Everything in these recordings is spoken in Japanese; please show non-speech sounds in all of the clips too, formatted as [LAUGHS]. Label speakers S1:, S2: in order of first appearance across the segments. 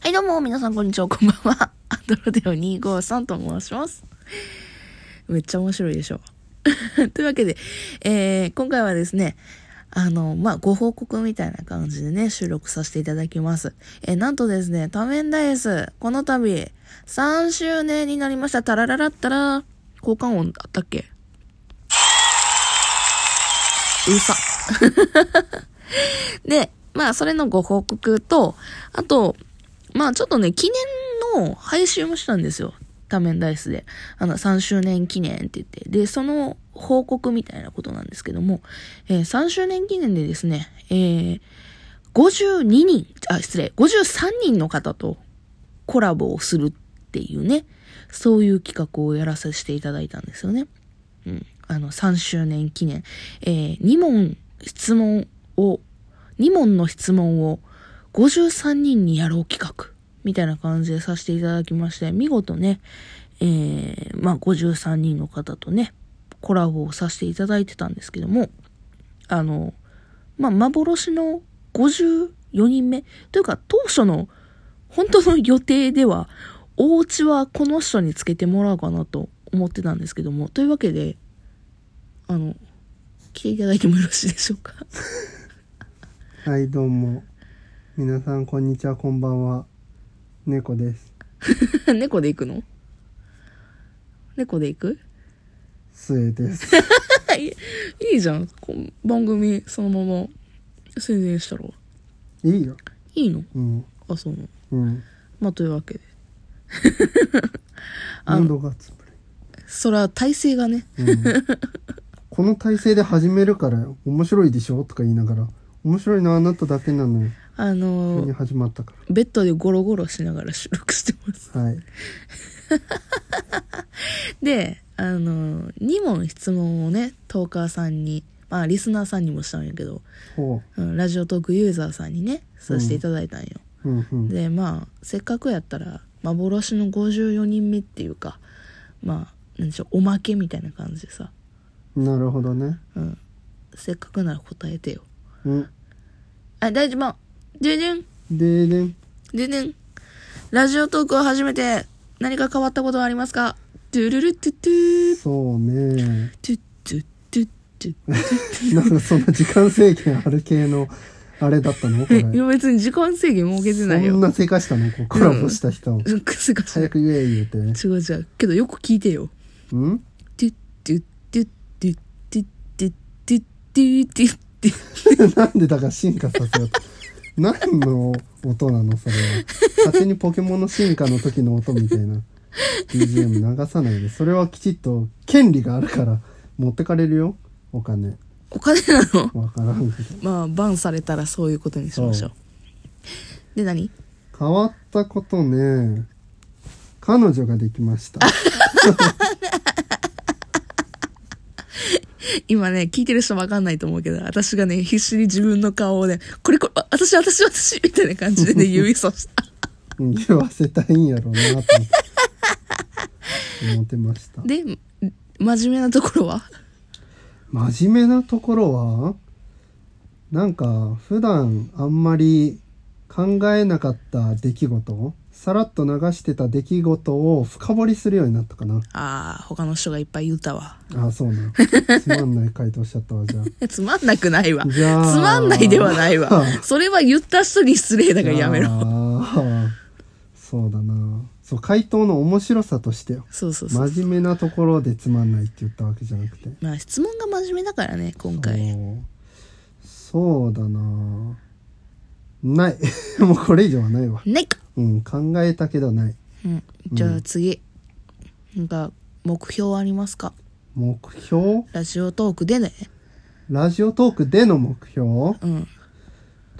S1: はい、どうも、皆さん、こんにちは、こんばんは。アンドロデオ253と申します。めっちゃ面白いでしょ。 [LAUGHS] というわけで、えー今回はですね、あの、まあ、ご報告みたいな感じでね、収録させていただきます。えーなんとですね、多面ダイス、この度、3周年になりました。タラララッタラ交換音あったっけうさ。で、まあ、それのご報告と、あと、まあ、ちょっとね、記念の配信もしたんですよ。多面ダイスで。あの、3周年記念って言って。で、その報告みたいなことなんですけども、えー3周年記念でですね、えー52人、あ、失礼、53人の方とコラボをするっていうね、そういう企画をやらさせていただいたんですよね。うん、あの、3周年記念。え2問質問を、2問の質問を53人にやろう企画、みたいな感じでさせていただきまして、見事ね、えーまあ、53人の方とね、コラボをさせていただいてたんですけども、あの、まあ、幻の54人目。というか、当初の、本当の予定では、お家はこの人につけてもらおうかなと思ってたんですけども、というわけで、あの、来ていただいてもよろしいでしょうか。 [LAUGHS]
S2: はい、どうも。皆さん、こんにちは、こんばんは。猫です。
S1: 猫で行くの猫で行く
S2: すえ
S1: [LAUGHS]
S2: です。
S1: いいいいじゃん。こう番組そのまま宣伝したら。
S2: いいよ。
S1: いいの
S2: うん。
S1: あ、そうなの。
S2: うん。
S1: まあ、というわけで。
S2: 喉がつぶ
S1: そら、体勢がね。
S2: れ。うん。この体勢で始めるからよ、面白いでしょとか言いながら、面白いのはあなただけなのよ。
S1: あ
S2: 急
S1: のー、
S2: に始まったか
S1: ベッドでゴロゴロしながら収録してます。
S2: ら。はい。
S1: で、あのー、2問質問をね、トーカーさんに、まあ、リスナーさんにもしたんやけど、
S2: ほ
S1: うん、ラジオトークユーザーさんにね、させていただいたんよ。
S2: う。うんうん。
S1: でまあせっかくやったら幻の54人目っていうかまあなんでしょうおまけみたいな感じでさ、
S2: なるほどね。
S1: うん、せっかくなら答えてよ
S2: うん。
S1: あ大丈夫ででん
S2: ででん。
S1: ででんラジオトークを始めて何か変わったことはありますかトゥルルトゥトゥ
S2: そうね。
S1: トゥトゥトゥトゥ
S2: なんかそんな時間制限ある系の、あれだったのこ
S1: え [LAUGHS]
S2: れ。
S1: いや別に時間制限設けてない
S2: そん
S1: よ
S2: なせかしたのこうコラボした人を。
S1: うんくすかし
S2: 早く言え言うて。
S1: 違う違うけどよく聞いてよ
S2: うん
S1: トゥトゥトゥトゥトゥトゥトゥトゥトゥトゥ
S2: [LAUGHS] なんでだから進化させようと。何の音なのそれは。勝手にポケモンの進化の時の音みたいな BGM 流さないで。それはきちっと権利があるから持ってかれるよ。お金。
S1: お金なの
S2: わからんけど。
S1: まあバンされたらそういうことにしましょう
S2: そ
S1: で何
S2: 変わったことね。彼女ができました。
S1: 今ね聞いてる人分かんないと思うけど私がね必死に自分の顔をねこれこれあ私私私みたいな感じでね指さした
S2: うん言わせたいんやろうなと思ってました。
S1: で真面目なところは
S2: 真面目なところはなんか普段あんまり考えなかった出来事さらっと流してた出来事を深掘りするようになったかな
S1: ああ他の人がいっぱい言うたわ
S2: あそうな [LAUGHS] つまんない回答しちゃったわじゃ
S1: [LAUGHS]
S2: あ
S1: つまんなくないわつ
S2: じゃあ
S1: まんないではないわ
S2: [LAUGHS]
S1: それは言った人に失礼だからやめろ
S2: あーそうだなそう回答の面白さとしてよ
S1: そうそうそう
S2: 真面目なところでつまんないって言ったわけじゃなくて
S1: まあ質問が真面目だからね今回
S2: そうそうだなない [LAUGHS] もうこれ以上はないわ
S1: ないか
S2: うん考えたけどない
S1: うんじゃあ次、なんか目標ありますか
S2: 目標
S1: ラジオトークでね
S2: ラジオトークでの目標
S1: うん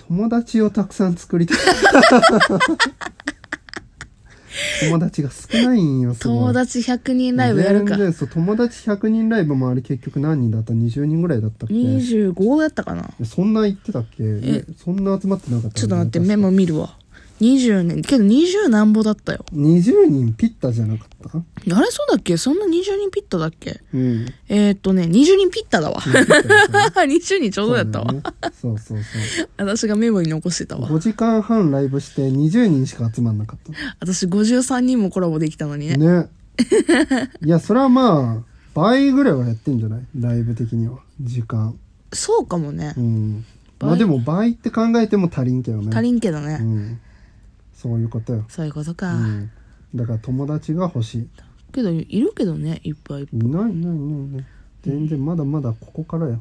S2: 友達をたくさん作りたい [LAUGHS] 友達が少ないんよすごい
S1: 友達100人ライブやるか
S2: 全然そう友達100人ライブもあれ結局何人だった20人ぐらいだったっけ
S1: 25だったかな
S2: そんな言ってたっけそんな集まってなかった
S1: ちょっと待ってメモ
S2: モ
S1: 見るわ20年、けど20何ぼだったよ。
S2: 20人ピッタじゃなかった
S1: あれそうだっけそんな20人ピッタだっけ [LAUGHS]
S2: うん。
S1: えー、っとね、20人ピッタだわ。 [LAUGHS]
S2: ピッタだったね
S1: 20人ちょうどやったわ。
S2: そうだよねそうそうそ
S1: 私がメモに残してた
S2: う。
S1: わ。
S2: 5時間半ライブして20人しか集まんなかった。
S1: 私53人もコラボできたのにね。
S2: ね。いや、それはまあ、倍ぐらいはやってんじゃないライブ的には。時間。
S1: そうかもね
S2: う。ん。まあでも倍って考えても足りんけどね。
S1: 足りんけど
S2: う
S1: ね。
S2: ん。そういうことよ。
S1: そういうこと
S2: う
S1: か。
S2: ん。だから友達が欲しい。
S1: けど、いるけどね、いっぱい。
S2: いないいないいないいない。全然まだまだここからよ。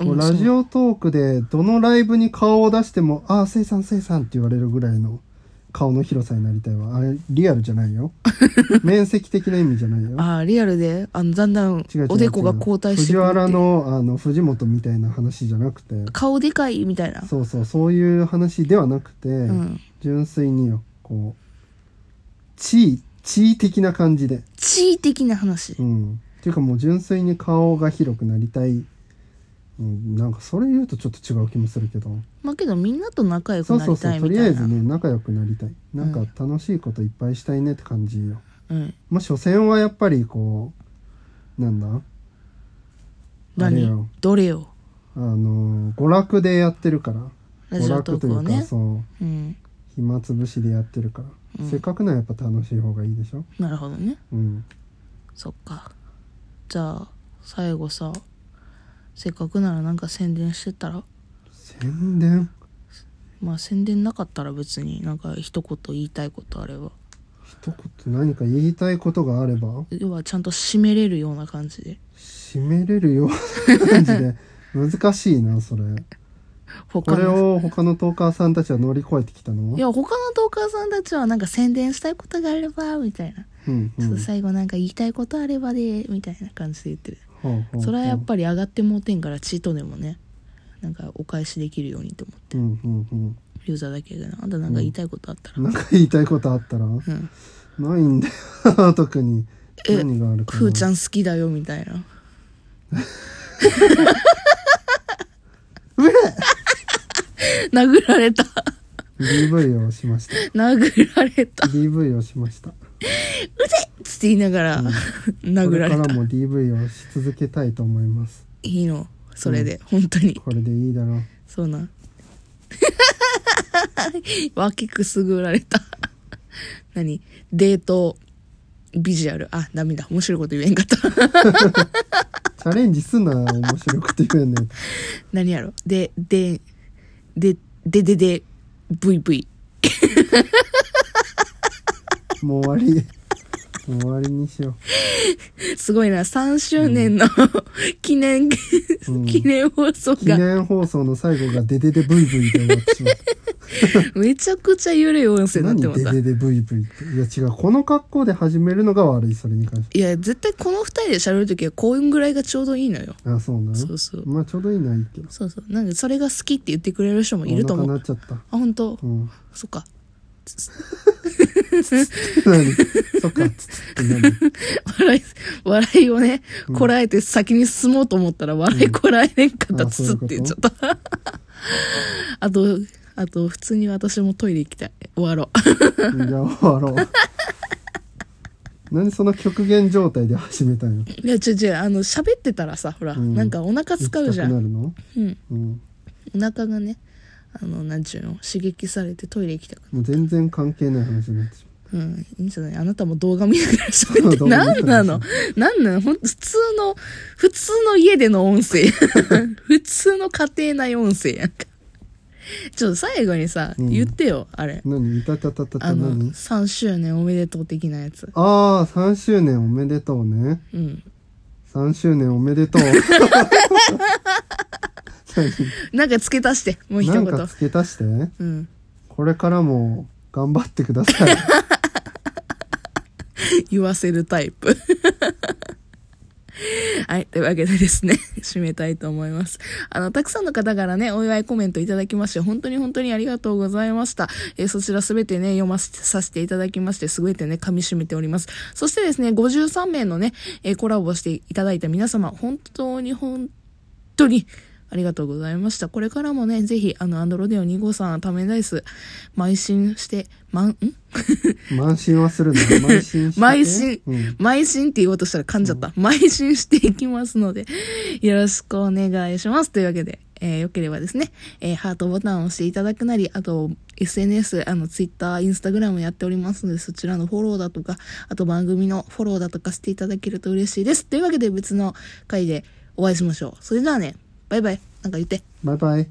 S1: うん
S2: もうラジオトークでどのライブに顔を出しても「ああせいさんせいさん」って言われるぐらいの顔の広さになりたいわあれリアルじゃな
S1: [LAUGHS]
S2: いよ面積的な意味じゃないよ
S1: ああ、リアルで、あの、だんだん
S2: 違う違う違う
S1: おでこが後退してく
S2: 藤
S1: るっていう
S2: 原のあの藤本みたいな話じゃなくて
S1: 顔でかいみたいな。
S2: そうそうそういう話ではなくて、
S1: ん
S2: 純粋によこう地位地位的な感じで
S1: 地位的な話。
S2: うんっていうかもう純粋に顔が広くなりたい、うん、なんかそれ言うとちょっと違う気もするけど
S1: まあけど、みんなと仲良
S2: そ
S1: く
S2: う
S1: な
S2: そう
S1: り
S2: そ
S1: たいう
S2: と
S1: み
S2: り
S1: た
S2: あえ
S1: いな。
S2: ずね仲良くなりたいなんか楽しいこといっぱいしたいねって感じよ、
S1: うん。
S2: まあ所詮はやっぱりこうなんだあれよ
S1: 何どれよ。
S2: あのー娯楽でやってるから
S1: ラジオトークを
S2: 娯楽という
S1: ね
S2: か。そう
S1: うん。
S2: 暇つぶしでやってるから、せっかくならやっぱ楽しい方がいいでしょ
S1: なるほどね。
S2: うん
S1: そっか。じゃあ、最後さ、せっかくならなんか宣伝してったら
S2: 宣伝
S1: まあ宣伝なかったら別になんか一言言いたいことあれば。
S2: 一言何か言いたいことがあれば
S1: 要はちゃんと締めれるような感じで。
S2: 締めれるような感じ
S1: [LAUGHS]
S2: で難しいなそれこ
S1: 他
S2: れ
S1: の。
S2: を他のトーカーさんたちは乗り越えてきたの
S1: いや、他のトーカーさんたちはなんか宣伝したいことがあれば、みたいな。
S2: うんう
S1: ちょっ
S2: ん
S1: と最後なんか言いたいことあればで、みたいな感じで言ってる。
S2: ほうほうほう
S1: それはやっぱり上がってもうてんから、チートでもね、なんかお返しできるようにと思って。
S2: うんうん
S1: ユーザーだけでな。あんたなんか言いたいことあったら。
S2: うん。なんか言いたいことあったら、
S1: ん
S2: ないんだよ、 [LAUGHS] 特に。
S1: え
S2: 何があるかな。
S1: ふーちゃん好きだよ、みたいな。
S2: うえ
S1: 殴られた。
S2: !DV をしました。
S1: 殴られた。
S2: DV をしました。
S1: つって言いながら、殴られ
S2: これか
S1: た
S2: ら。も DV をし続けたいと思います。
S1: いいの。それで、本当に。
S2: これでいいだろう。
S1: そうなん。脇くすぐられた。何デート、ビジュアル。あ、ダメだ。面白いこと言えんかった。
S2: チャレンジすな、面白くて言えない。
S1: 何やろで、で、で、で、で、で、VV。
S2: もう終わり。もう終わりにしよ
S1: すごいな。3周年の記念、
S2: ん
S1: 記念放送
S2: う。記
S1: が、
S2: 念放送の最後がデデデブイブイで終わっ
S1: [LAUGHS]
S2: てしまった。
S1: めちゃくちゃ幽霊音声になっ
S2: 何
S1: ても
S2: デ
S1: た。
S2: デ
S1: い
S2: デブイブイって。いや違う、この格好で始めるのが悪い、それに関して。
S1: や、絶対この2人で喋るときはこういうぐらいがちょうどいいのよ。
S2: あ、そうなの
S1: そうそう
S2: まあちょうどいいのはいいけど。
S1: そうそう。なんで、それが好きって言ってくれる人もいると思
S2: お腹
S1: う。
S2: なっちゃった。
S1: あ、本当。
S2: うん。 [LAUGHS]
S1: そっか。
S2: 何
S1: [LAUGHS]
S2: そっか、つつって何
S1: 笑い、笑いをね、こらえて先に進もうと思ったら、笑いこらえれんかった、
S2: あ
S1: つ
S2: そ
S1: つ
S2: ういう
S1: っ
S2: こと
S1: て言っちゃった。あと、 [LAUGHS] あと、普通に私もトイレ行きたい。終わろう。
S2: じゃあ終わろう。何その極限状態で始めたんよ。
S1: いや、違う違う、あの、喋ってたらさ、ほら、
S2: ん
S1: なんかお腹使うじゃ。
S2: 行きたくなんるの
S1: うん。
S2: うん。
S1: お腹がね、あの、なんちゅうの、刺激されてトイレ行きたく
S2: もう全然関係ない話になってしま
S1: うん、いいんじゃないあなたも動画見ながら喋って。
S2: [LAUGHS] 動画
S1: な
S2: 見
S1: んな
S2: ながら
S1: のなんなのほんと普通の、普通の家での音声。 [LAUGHS] 普通の家庭内音声やんか。ちょっと最後にさ、
S2: うん
S1: 言ってよ、あれ
S2: う。。何いたたたた
S1: あ
S2: た
S1: の、
S2: 何
S1: 3周年おめでとう的なやつ。
S2: ああ、3周年おめでとうね。
S1: うん。
S2: 3周年おめでとう。
S1: なんか付け足して、もう一
S2: 何なん
S1: 言。
S2: か付け足して。
S1: うん。
S2: これからも頑張ってください。
S1: [LAUGHS] 言わせるタイプ。はい。というわけでですね、 [LAUGHS] 締めたいと思います。あの、たくさんの方からね、お祝いコメントいただきまして、本当に本当にありがとうございました。えーそちらすべてね、読ませて、させていただきまして、すべてね、噛み締めております。そしてですね、53名のね、えーコラボしていただいた皆様、本当に本当に、ありがとうございました。これからもね、ぜひ、あの、アンドロデオ2号さん、ためダイス、邁進して、まん、ん
S2: 慢心はするな。慢心して。
S1: 邁進
S2: うん。
S1: 邁進って言おうとしたら噛んじゃった。邁進していきますので、よろしくお願いします。というわけで、えー、よければですね、えーハートボタンを押していただくなり、あと、SNS、あの、Twitter、Instagram やっておりますので、そちらのフォローだとか、あと番組のフォローだとかしていただけると嬉しいです。というわけで、別の回でお会いしましょう。それではね、バイバイ。なんか言って。
S2: バイバイ。